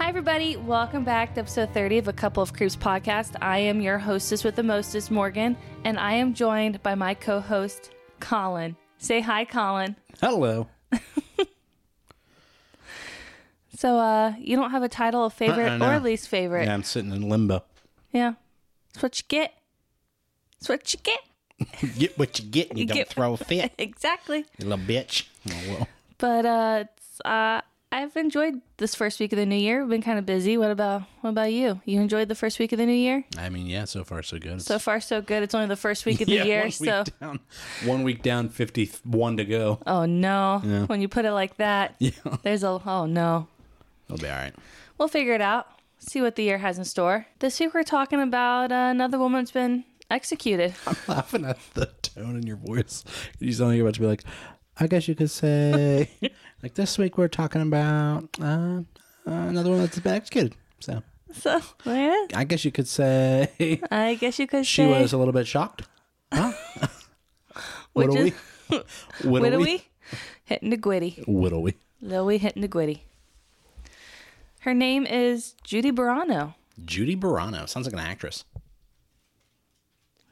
everybody. Welcome back to episode 30 of A Couple of Creeps podcast. I am your hostess with the mostest, Morgan, and I am joined by my co host, Colin. Say hi, Colin. Hello. So, uh, you don't have a title of favorite Uh-uh, no. or least favorite. Yeah, I'm sitting in limbo. Yeah. That's what you get. That's what you get. You get what you get, and you, You don't get- throw a fit, Exactly. you little bitch. Oh, well. But uh, it's, uh, I've enjoyed this first week of the new year. We've been kind of busy. What about what about you? You enjoyed the first week of the new year? I mean, yeah, so far so good. So far, so good. It's only the first week of the yeah, year, one week so down, one week down, fifty-one to go. oh no. When you put it like that, Yeah, there's a oh no. it'll be all right. We'll figure it out. See what the year has in store. This week we're talking about uh, another woman's been executed. I'm laughing at the tone in your voice. You sound like you're about to be like, I guess you could say, like this week we're talking about uh, uh, another one that's been executed. So So yeah, I guess you could say I guess you could she say was a little bit shocked. Huh? Which Whittle is- we? Whittle we? Whittley hitting the gritty. Whittle we? Lily hitting the gritty. Her name is Judy Barano. Judy Barano sounds like an actress.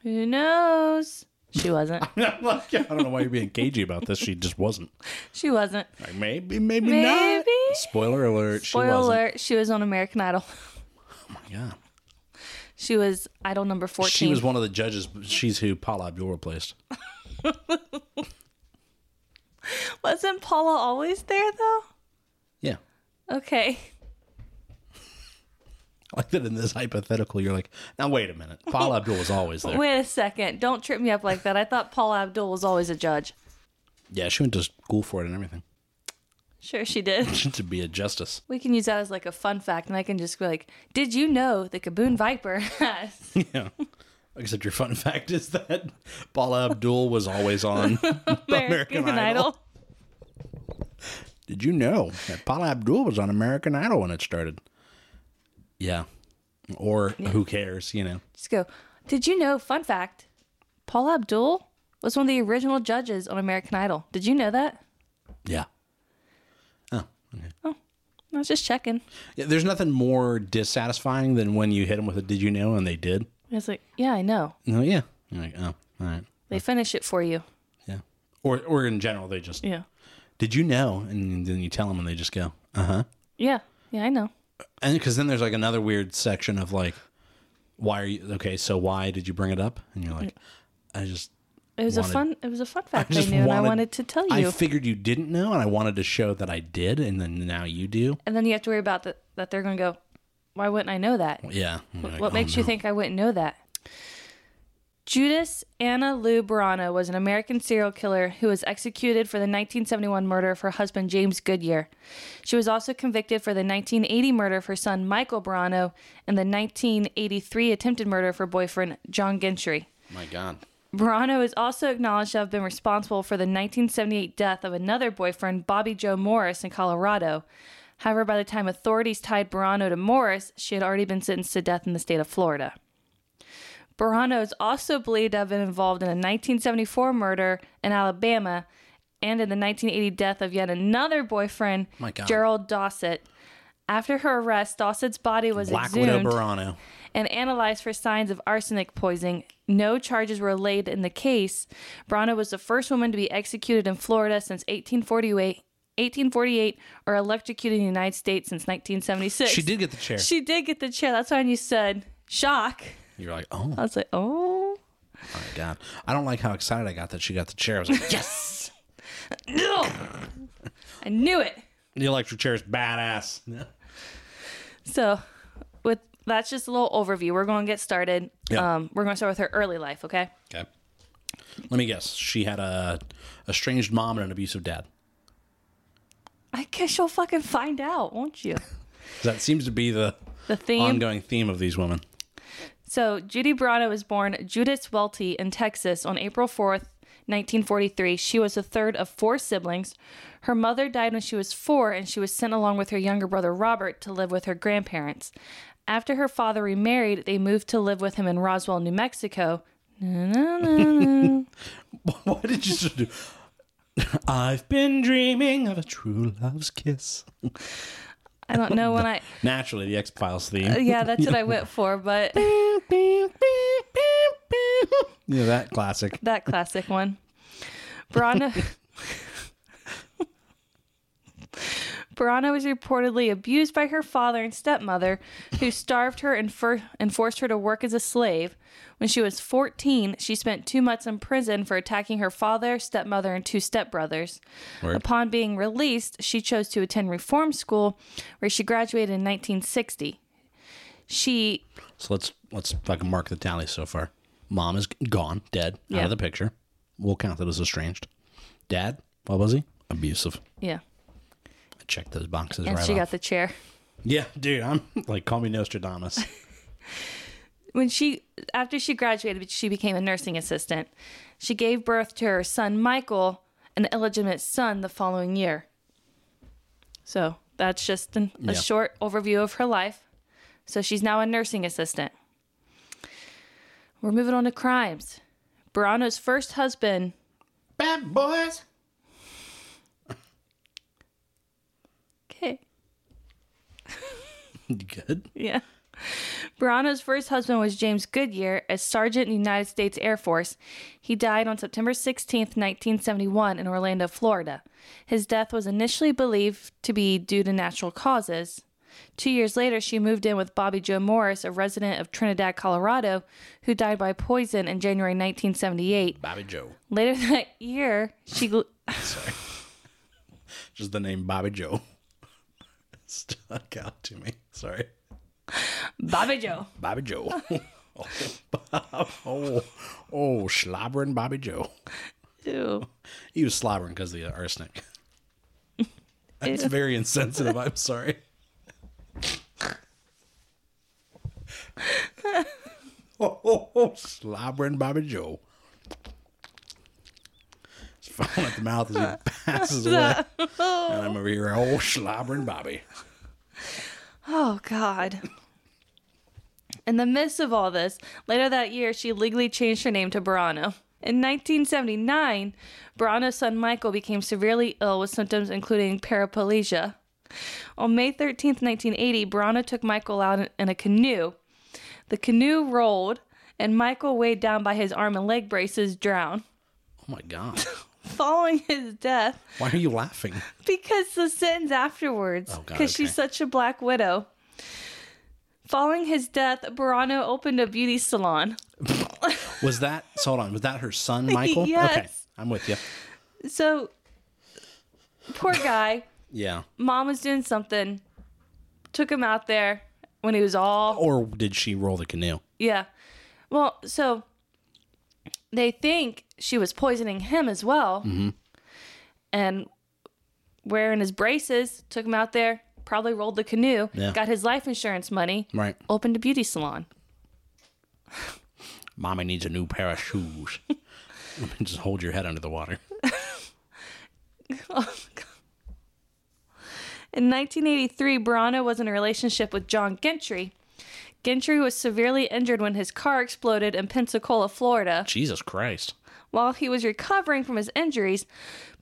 Who knows? She wasn't. Like, I don't know why you're being cagey about this. She just wasn't. She wasn't. Like, maybe, maybe, not. Maybe. Spoiler alert. she Spoiler wasn't. alert, she was on American Idol. Yeah. She was Idol number 14. She was one of the judges. She's who Paula Abdul replaced. Wasn't Paula always there, though? Yeah. Okay. I like that in this hypothetical, you're like, now wait a minute. Paula Abdul was always there. Wait a second. Don't trip me up like that. I thought Paula Abdul was always a judge. Yeah, she went to school for it and everything Sure, she did. to be a justice. We can use that as like a fun fact, and I can just go like, "Did you know the Kaboon Viper has Yeah. Except your fun fact is that Paula Abdul was always on American, American Idol. Idol. Did you know that Paula Abdul was on American Idol when it started? Yeah. Or who cares, you know? Just go. Did you know? Fun fact: Paula Abdul was one of the original judges on American Idol. Did you know that? Yeah. I was just checking. Oh, Yeah, There's nothing more dissatisfying than when you hit them with a "Did you know?" and they did. I was like, yeah, I know. No, yeah. You're like, oh, all right, They finish it for you. yeah. Or, or in general, they just Yeah. "Did you know?" and then you tell them, and they just go, "Uh huh." Yeah. Yeah, I know. And because then there's like another weird section of like, "Why are you okay?" So why did you bring it up? And you're like, "I just." It was Wanted- a fun. It was a fun I fact I, just knew, and I wanted to tell you. I figured you didn't know, and I wanted to show that I did, and then now you do. and then you have to worry about that. That they're going to go. Why wouldn't I know that? Yeah. And you're like, What "Oh, makes you think I wouldn't know that? Judas Anna Lou Barano was an American serial killer who was executed for the 1971 murder of her husband James Goodyear. She was also convicted for the 1980 murder of her son Michael Barano and the 1983 attempted murder of her boyfriend John Gentry. My God. Barano is also acknowledged to have been responsible for the 1978 death of another boyfriend, Bobby Joe Morris, in Colorado. However, by the time authorities tied Barano to Morris, she had already been sentenced to death in the state of Florida. Barano is also believed to have been involved in a 1974 murder in Alabama and in the 1980 death of yet another boyfriend, My God. Gerald Dossett. After her arrest, Dossett's body was Black exhumed Widow Barano. and analyzed for signs of arsenic poisoning. No charges were laid in the case. Brana was the first woman to be executed in Florida since 1848, 1848 or electrocuted in the United States since 1976. She did get the chair. She did get the chair. That's why when you said shock, You're like, oh I was like, oh. my god! I don't like how excited I got that she got the chair. I was like, yes, No. I knew it. the electric chair is badass. So, with that's just a little overview. We're going to get started. Yeah. Um, we're going to start with her early life, okay? Okay, let me guess. She had a estranged mom and an abusive dad. I guess you'll fucking find out, won't you? 'Cause That seems to be the The theme ongoing theme of these women. So Judy Barano was born Judith Welty in Texas on April 4th, 1943. She was the third of four siblings. Her mother died when she was four, and she was sent along with her younger brother Robert to live with her grandparents. After her father remarried, they moved to live with him in Roswell, New Mexico. Why did you just do? I've been dreaming of a true love's kiss. I don't know when I. Naturally, the X Files Uh, theme. Yeah, that's what I went for, but You know that classic. that classic one. Brana. Brana was reportedly abused by her father and stepmother, who starved her and, for- and forced her to work as a slave. When she was 14, she spent two months in prison for attacking her father, stepmother, and two stepbrothers. Word. Upon being released, she chose to attend reform school, where she graduated in 1960. She So let's let's fucking mark the tally so far. Mom is gone, dead, out Yeah. of the picture. We'll count that as estranged. Dad, what was he? Abusive. Yeah. I checked those boxes And right she off. got the chair. yeah, dude, I'm like call me Nostradamus. When she after she graduated, she became a nursing assistant. She gave birth to her son Michael, an illegitimate son, the following year. So that's just an, Yeah. a short overview of her life. So she's now a nursing assistant. We're moving on to crimes. Barano's first husband. Bad boys. Okay. Good. Yeah. Barano's first husband was James Goodyear, a sergeant in the United States Air Force. He died on September 16, 1971, in Orlando, Florida. His death was initially believed to be due to natural causes. Two years later, she moved in with Bobby Joe Morris, a resident of Trinidad, Colorado, who died by poison in January 1978. Bobby Joe. Later that year, she. gl- Sorry. Just the name Bobby Joe stuck out to me. Sorry. Bobby Joe. Bobby Joe. oh, Bob. oh, oh, slobbering Bobby Joe. Ew. He was slobbering because of the arsenic. That's very insensitive. I'm sorry. oh, oh, oh, slobbering Bobby Joe. It's foaming at the mouth as he passes away. And I'm over here, oh, slobbering Bobby. Oh, God. In the midst of all this, later that year, she legally changed her name to Barano. In 1979, Barano's son Michael became severely ill with symptoms including paraplegia. On May 13, 1980, Barano took Michael out in a canoe. The canoe rolled, and Michael, weighed down by his arm and leg braces, drowned. Oh my God. Following his death, Why are you laughing? because the sentence afterwards, Oh, God, because she's okay. such a black widow. Following his death, Barano opened a beauty salon. Was that, so hold on, was that her son, Michael? Okay, Yes. I'm with you. So, poor guy, Yeah. mom was doing something, took him out there when he was all, Or did she roll the canoe? yeah. Well, so they think she was poisoning him as well. Mm-hmm. And wearing his braces, took him out there, probably rolled the canoe, Yeah. got his life insurance money, Right. opened a beauty salon. Mommy needs a new pair of shoes. Just hold your head under the water. In 1983, Brana was in a relationship with John Gentry. Gentry was severely injured when his car exploded in Pensacola, Florida. Jesus Christ. While he was recovering from his injuries,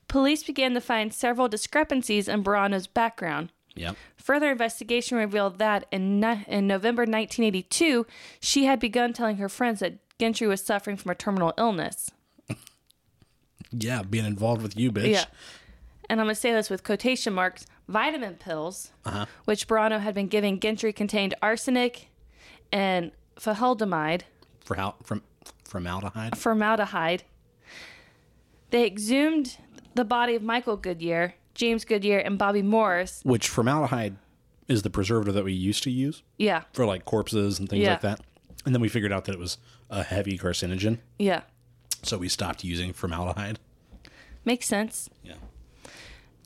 police began to find several discrepancies in Brana's background. Yep. Further investigation revealed that in, no- in November 1982, she had begun telling her friends that Gentry was suffering from a terminal illness. Yeah, being involved with you, bitch. Yeah. And I'm going to say this with quotation marks vitamin pills, which Barano had been giving Gentry, contained arsenic and forhaldemide, For how from formaldehyde. formaldehyde. They exhumed the body of Michael Goodyear, James Goodyear, and Bobby Morris. Which formaldehyde is the preservative that we used to use Yeah, for like corpses and things Yeah. like that. And then we figured out that it was a heavy carcinogen, yeah. so we stopped using formaldehyde. Makes sense. Yeah.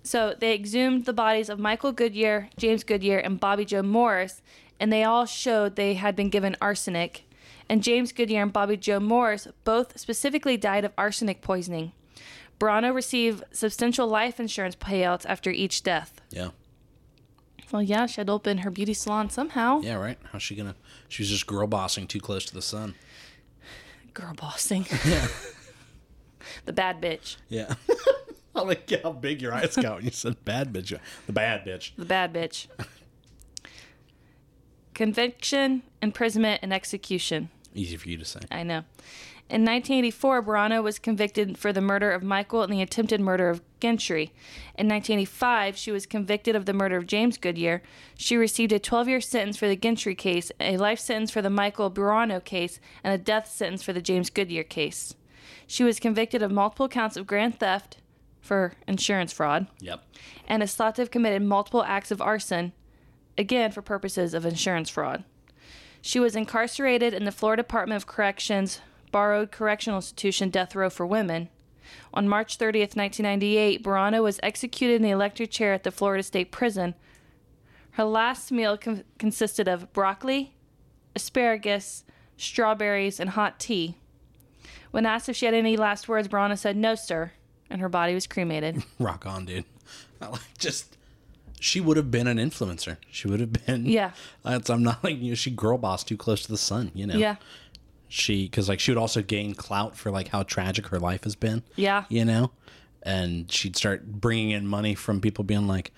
So they exhumed the bodies of Michael Goodyear, James Goodyear, and Bobby Joe Morris, and they all showed they had been given arsenic. And James Goodyear and Bobby Joe Morris both specifically died of arsenic poisoning. Brano received substantial life insurance payouts after each death. Yeah. Well, yeah, she had opened her beauty salon somehow. Yeah, right. How's she gonna she was just girl bossing too close to the sun. Girl bossing. the bad bitch. Yeah. I like how big your eyes got when you said bad bitch. The bad bitch. The bad bitch. conviction, imprisonment, and execution. Easy for you to say. I know. In 1984, Barano was convicted for the murder of Michael and the attempted murder of Gentry. In 1985, she was convicted of the murder of James Goodyear. She received a 12 year sentence for the Gentry case, a life sentence for the Michael Burano case, and a death sentence for the James Goodyear case. She was convicted of multiple counts of grand theft for insurance fraud, Yep. and Aslativ committed multiple acts of arson, again for purposes of insurance fraud. She was incarcerated in the Florida Department of Corrections Borrowed Correctional Institution Death Row for Women. On March 30th, 1998, Barano was executed in the electric chair at the Florida State Prison. Her last meal con- consisted of broccoli, asparagus, strawberries, and hot tea. When asked if she had any last words, Barano said, No, sir, and her body was cremated. Rock on, dude. I like just. She would have been an influencer. She would have been. Yeah. That's, I'm not like you. Know, she girl boss too close to the sun. You know. yeah. She because like she would also gain clout for like how tragic her life has been. Yeah. You know, and she'd start bringing in money from people being like,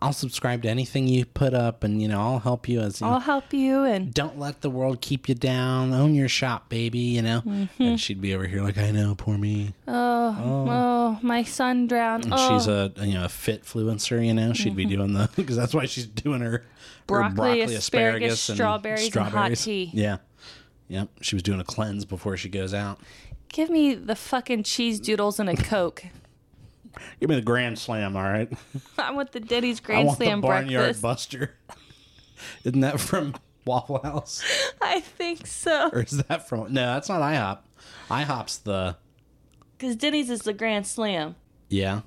"I'll subscribe to anything you put up, and you know, I'll help you as you know, I'll help you and don't let the world keep you down. Own your shop, baby. You know." Mm-hmm. And she'd be over here like, "I know, poor me." oh my son drowned. Oh Mm-hmm. She's a you know a fit fluencer, you know. She'd be doing the because that's why she's doing her her Broccoli, asparagus, strawberries, and hot tea. Yeah, yep. She was doing a cleanse before she goes out. give me the fucking cheese doodles and a coke. Give me the grand slam, all right. I want the Denny's I Grand want the Slam barnyard breakfast. buster. Isn't that from Waffle House I think so. or is that from? No, that's not IHOP. IHOP's the Because Denny's is the Grand Slam. yeah.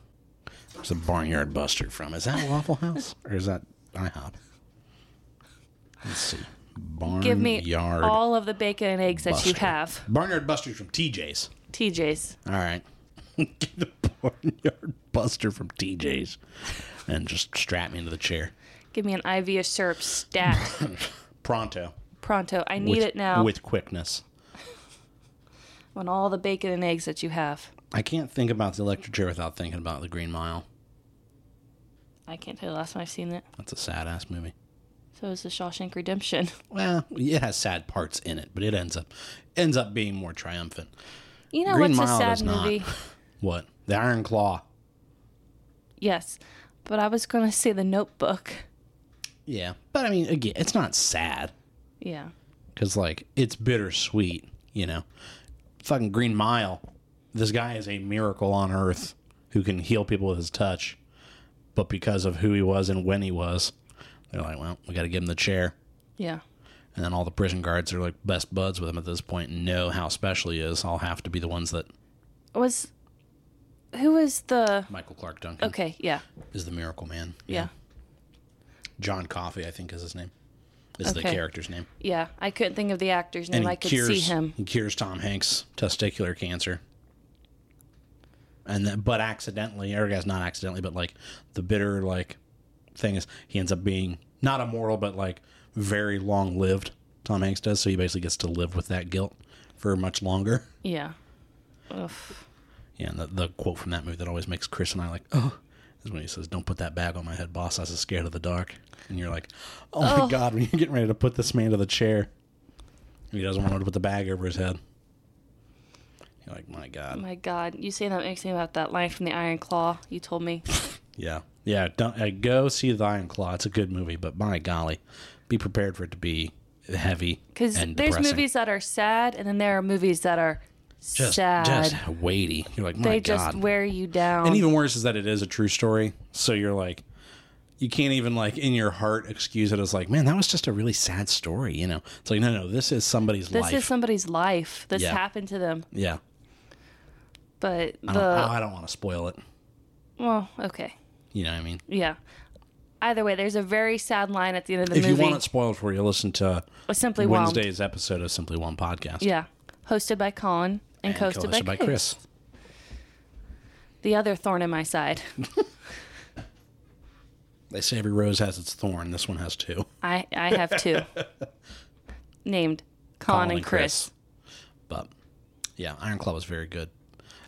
There's a barnyard buster from. Is that Waffle House or is that IHOP? Let's see. Barnyard Give me all of the bacon and eggs that you Buster. have. Barnyard Buster's from TJ's. TJ's. All right. Get the Barnyard Buster from TJ's and just strap me into the chair. Give me an IV of syrup stat Pronto. pronto. I need With, it now. With quickness. I want all the bacon and eggs that you have. I can't think about the electric chair without thinking about The Green Mile. I can't tell you the last time I've seen it. That's a sad ass movie. So is the Shawshank Redemption. Well, it has sad parts in it, but it ends up ends up being more triumphant. You know Green what's Mile a does sad not. movie? What? The Iron Claw. Yes. But I was going to say The Notebook. Yeah. But I mean, again, it's not sad. Yeah. because like it's bittersweet you know fucking green mile this guy is a miracle on earth who can heal people with his touch but because of who he was and when he was they're like well we got to give him the chair Yeah. and then all the prison guards are like best buds with him at this point and know how special he is i'll have to be the ones that Was. Who was the. michael clark duncan Okay, yeah. is the miracle man Yeah. john coffey i think is his name is the Okay. character's name Yeah. I couldn't think of the actor's name. and I he could cures, see him. He cures Tom Hanks testicular cancer. And then, but accidentally, or I guess not accidentally, but like the bitter like thing is he ends up being not immortal, but like very long lived. Tom Hanks does, so he basically gets to live with that guilt for much longer. Yeah. Ugh. Yeah, and the, the quote from that movie that always makes Chris and I like, oh, is when he says, "Don't put that bag on my head, boss. I was scared of the dark." And you're like, "Oh my god!" When you're getting ready to put this man to the chair, he doesn't want to put the bag over his head. You're like, "My god, My God. You saying that makes me about that line from The Iron Claw you told me. yeah, yeah." Don't uh, go see the Iron Claw. It's a good movie, but my golly, be prepared for it to be heavy Because and there's depressing. movies that are sad, and then there are movies that are just, sad. just weighty. You're like, "My they god." just wear you down. And even worse is that it is a true story. So you're like, you can't even like in your heart excuse it as like, man, that was just a really sad story. You know, it's like, no, no, this is somebody's this life. is somebody's life. This Yeah. happened to them. yeah. But I don't, the. I don't want to spoil it. Well, okay. You know what I mean? Yeah. Either way, there's a very sad line at the end of the if you movie. want it spoiled for you, listen to was simply Whelmed. Wednesday's episode of Simply One Podcast. Yeah. Hosted by Colin and, And coasted by, hosted by Chris. Chris. The other thorn in my side. They say every rose has its thorn. This one has two. I, I have two. Named Colin, Colin and Chris. But yeah, Iron Claw was very good.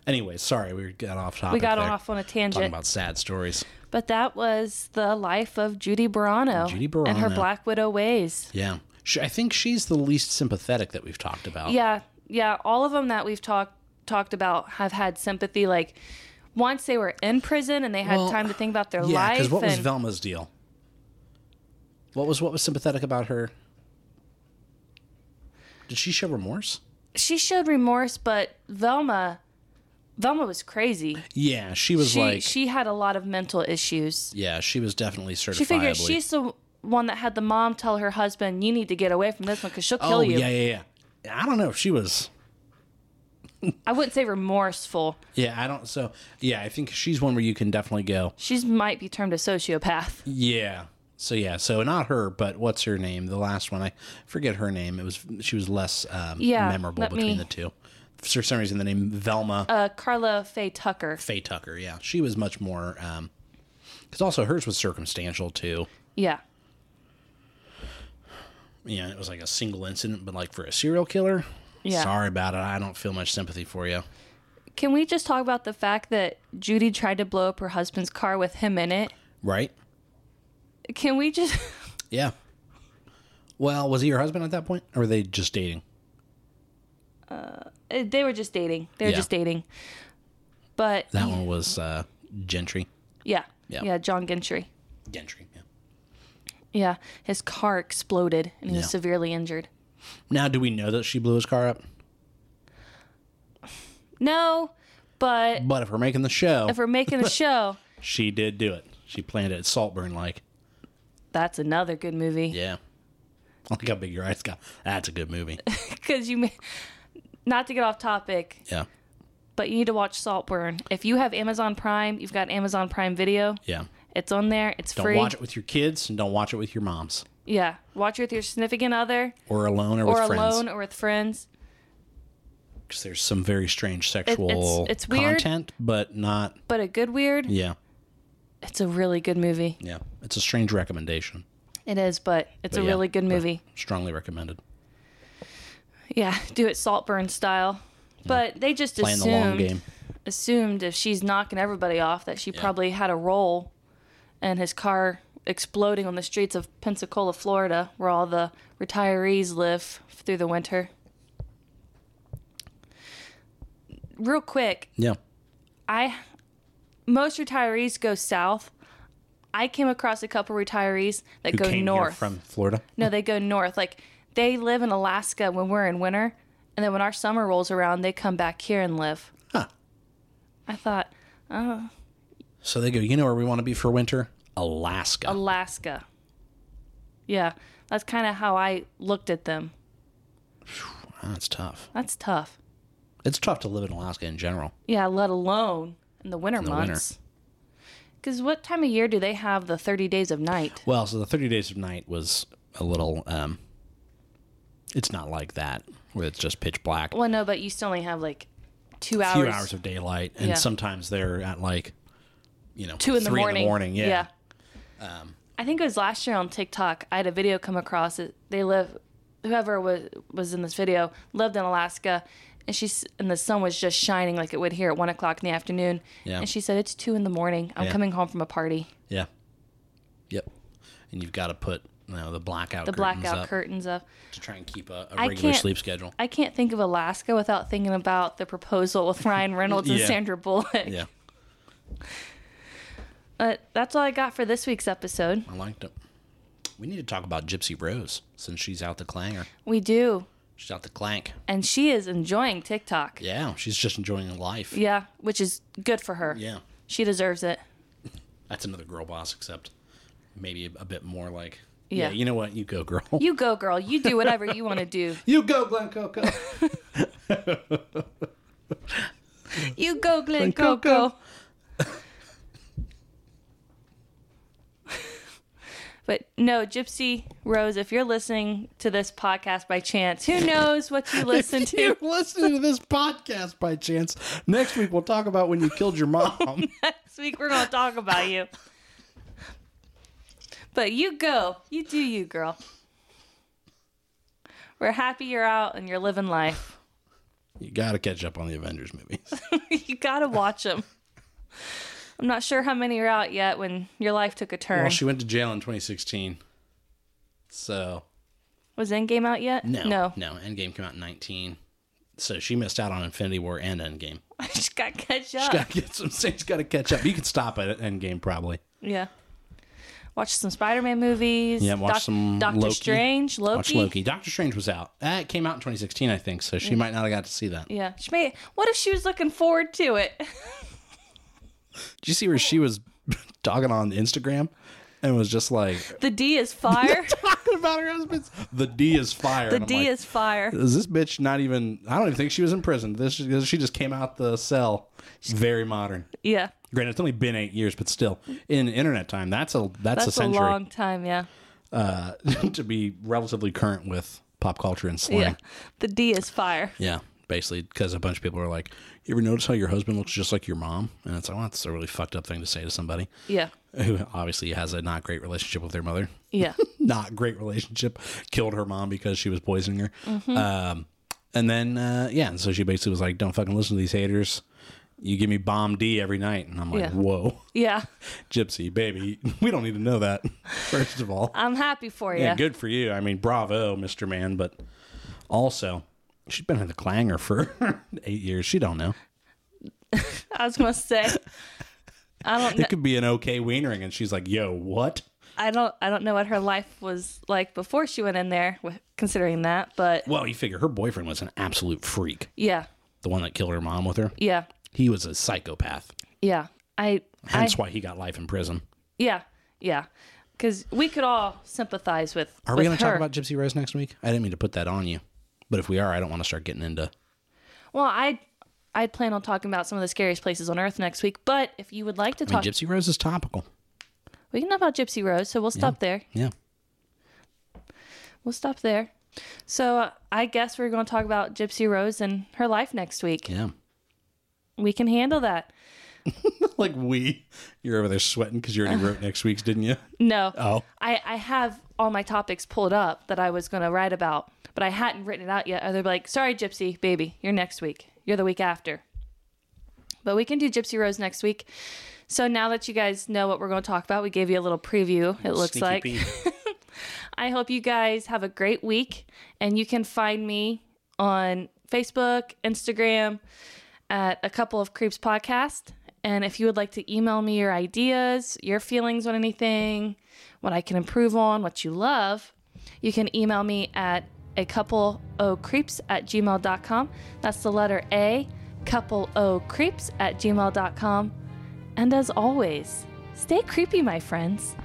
Anyway, sorry, we got off topic. We got there. off on a talking tangent, about sad stories. but that was the life of Judy Barano, Judy and her Barano. Black Widow ways. Yeah, she, I think she's the least sympathetic that we've talked about. Yeah, yeah. All of them that we've talked talked about have had sympathy. Like once they were in prison and they had Well, time to think about their yeah. life. Because what was and- Velma's deal? What was what was sympathetic about her? Did she show remorse? she showed remorse, but Velma, Velma was crazy. Yeah, she was She like, she had a lot of mental issues. yeah, she was definitely certifiably. She figured she's the one that had the mom tell her husband, "You need to get away from this one because she'll kill oh you." yeah, yeah, yeah. I don't know if she was. I wouldn't say remorseful. Yeah, I don't. So yeah, I think she's one where you can definitely go. She's might be termed a sociopath. Yeah. So yeah, so not her, but what's her name? The last one I forget her name. It was she was less um, Yeah, memorable let between me- the two. For some reason, the name Velma Uh, Carla Faye Tucker. Faye Tucker. Yeah, she was much more because also hers was circumstantial too. Yeah, You know, it was like a single incident, but like for a serial killer, Yeah. sorry about it. I don't feel much sympathy for you. Can we just talk about the fact that Judy tried to blow up her husband's car with him in it? Right? Can we just. Yeah. Well, was he your husband at that point, or were they just dating? Uh, they were just dating. They were Yeah. just dating. But That one was uh, Gentry. yeah. Yeah. yeah. John Gentry. Gentry. Yeah. Yeah. His car exploded and he Yeah. was severely injured. Now, do we know that she blew his car up? No, but But if we're making the show, if we're making a show, she did do it. She planned it at Saltburn Lake. that's another good movie. Yeah. Look how big your eyes got. That's a good movie. Because you may. Not to get off topic, Yeah. but you need to watch Saltburn. If you have Amazon Prime, you've got Amazon Prime Video. Yeah. It's on there. It's Don't free. watch it with your kids and don't watch it with your moms Yeah. Watch it with your significant other. or alone or, or with alone friends. or with friends. Because there's some very strange sexual it's weird. content, but not. But a good weird, Yeah. it's a really good movie. Yeah. It's a strange recommendation. It is, but it's But a yeah, really good but movie. Strongly recommended. Yeah, do it Saltburn style. But they just Playing the assumed, long game. assumed if she's knocking everybody off that she probably had a role in his car exploding on the streets of Pensacola, Florida, where all the retirees live through the winter. Real quick, Yeah. I most retirees go south. I came across a couple retirees that Who go came here north. from Florida? no, they go north. Like they live in Alaska when we're in winter, and then when our summer rolls around, they come back here and live. Huh. I thought So they go, you know where we want to be for winter? Alaska. Alaska. Yeah, that's kind of how I looked at them. That's tough. That's tough. It's tough to live in Alaska in general. Yeah, let alone in the winter the winter. months. Because what time of year do they have the thirty days of night? Well, so the 30 Days of Night was a little. um It's not like that, where it's just pitch black. Well, no, but you still only have like two hours. few hours of daylight, and Yeah. sometimes they're at like, you know, two in the three morning. In the morning. Yeah. Um, I think it was last year on TikTok. I had a video come across. It, they live, whoever was was in this video lived in Alaska, and she's and the sun was just shining like it would here at one o'clock in the afternoon. Yeah. And she said, "It's two in the morning. I'm Yeah. coming home from a party. Yeah. Yep. And you've got to put you know, the blackout The curtains blackout up curtains up." to try and keep a, a I regular can't- sleep schedule. I can't think of Alaska without thinking about the proposal with Ryan Reynolds and Yeah. Sandra Bullock. Yeah, But that's all I got for this week's episode. I liked it. We need to talk about Gypsy Rose since she's out the clanger. We do, She's out the clank. and she is enjoying TikTok. Yeah, she's just enjoying life. yeah which is good for her. Yeah. She deserves it. That's another girl boss, except maybe a bit more like. Yeah. Yeah, you know what? You go, girl. You, You go, girl. You do whatever you want to do. go, Glen Coco. You go, Glen Coco. Coco. but no, Gypsy Rose, if you're listening to this podcast by chance, who knows what you listen If you're to? listening to this podcast by chance, next week we'll talk about when you killed your mom. Next week, we're going to talk about you. But you go. You do you, girl. We're happy you're out and you're living life. You got to catch up on the Avengers movies. you gotta watch them. I'm not sure how many are out yet. When your life took a turn, well, she went to jail in 2016. So, was Endgame out yet? no. no. No, Endgame came out in 19. So she missed out on Infinity War and Endgame. I just got catch She's up. got to get some things, got to catch up. You could stop at Endgame probably. yeah. Watch some Spider-Man movies. Yeah, watch some Doctor Loki. Strange, Loki. Mm. Watch Loki. Doctor Strange was out. That came out in 2016, I think. So she might not have got to see that. Yeah, she may. What if she was looking forward to it? Did you see where she was dogging on Instagram and was just like The D is fire. talking about her husband's? The D is fire. the And I'm D like, is fire. Is this bitch not even? I don't even think she was in prison. This she just came out the cell. Very modern. Yeah, Granted, it's only been eight years, but still, in internet time, that's a that's, that's a a, century long time. Yeah, uh, to be relatively current with pop culture and slang. yeah. The D is fire. Yeah, basically, because a bunch of people are like, "You ever notice how your husband looks just like your mom?" And it's like, well, that's a really fucked up thing to say to somebody Yeah, who obviously has a not great relationship with their mother. yeah, Not great relationship. Killed her mom because she was poisoning her. Um, and then uh, yeah, and so she basically was like, "Don't fucking listen to these haters." You give me bomb D every night, and I'm like, Yeah. "Whoa, yeah. Gypsy baby, we don't need to know that." First of all, I'm happy for you. yeah, good for you. I mean, bravo, Mister Man. But also, she's been in the clanger for eight years. She don't know. I was gonna say. I don't. Know, It could be an okay wienering, and she's like, "Yo, what?" I don't. I don't know what her life was like before she went in there. With considering that, but Well, you figure her boyfriend was an absolute freak. yeah, The one that killed her mom with her. yeah, He was a psychopath. yeah. I. I Hence why he got life in prison. yeah, yeah. Because we could all sympathize with. Are we going to talk about Gypsy Rose next week? I didn't mean to put that on you, but if we are, I don't want to start getting into. Well, I I plan on talking about some of the scariest places on Earth next week. But if you would like to I mean, talk, Gypsy Rose is topical. we can talk about Gypsy Rose. So we'll stop there. Yeah. We'll stop there. So uh, I guess we're going to talk about Gypsy Rose and her life next week. Yeah. We can handle that. like we. You're over there sweating because you already wrote next week's, didn't you? No. Oh. I, I have all my topics pulled up that I was going to write about, but I hadn't written it out yet. They're like, sorry, Gypsy, baby, you're next week. You're the week after. But we can do Gypsy Rose next week. So now that you guys know what we're going to talk about, we gave you a little preview, it looks Sneaky like. Pete. I hope you guys have a great week, and you can find me on Facebook, Instagram, at a couple of creeps podcast. And if you would like to email me your ideas, your feelings on anything, what I can improve on, what you love, you can email me at a couple o creeps at gmail.com. That's the letter A, couple o creeps at gmail.com. And as always, stay creepy, my friends.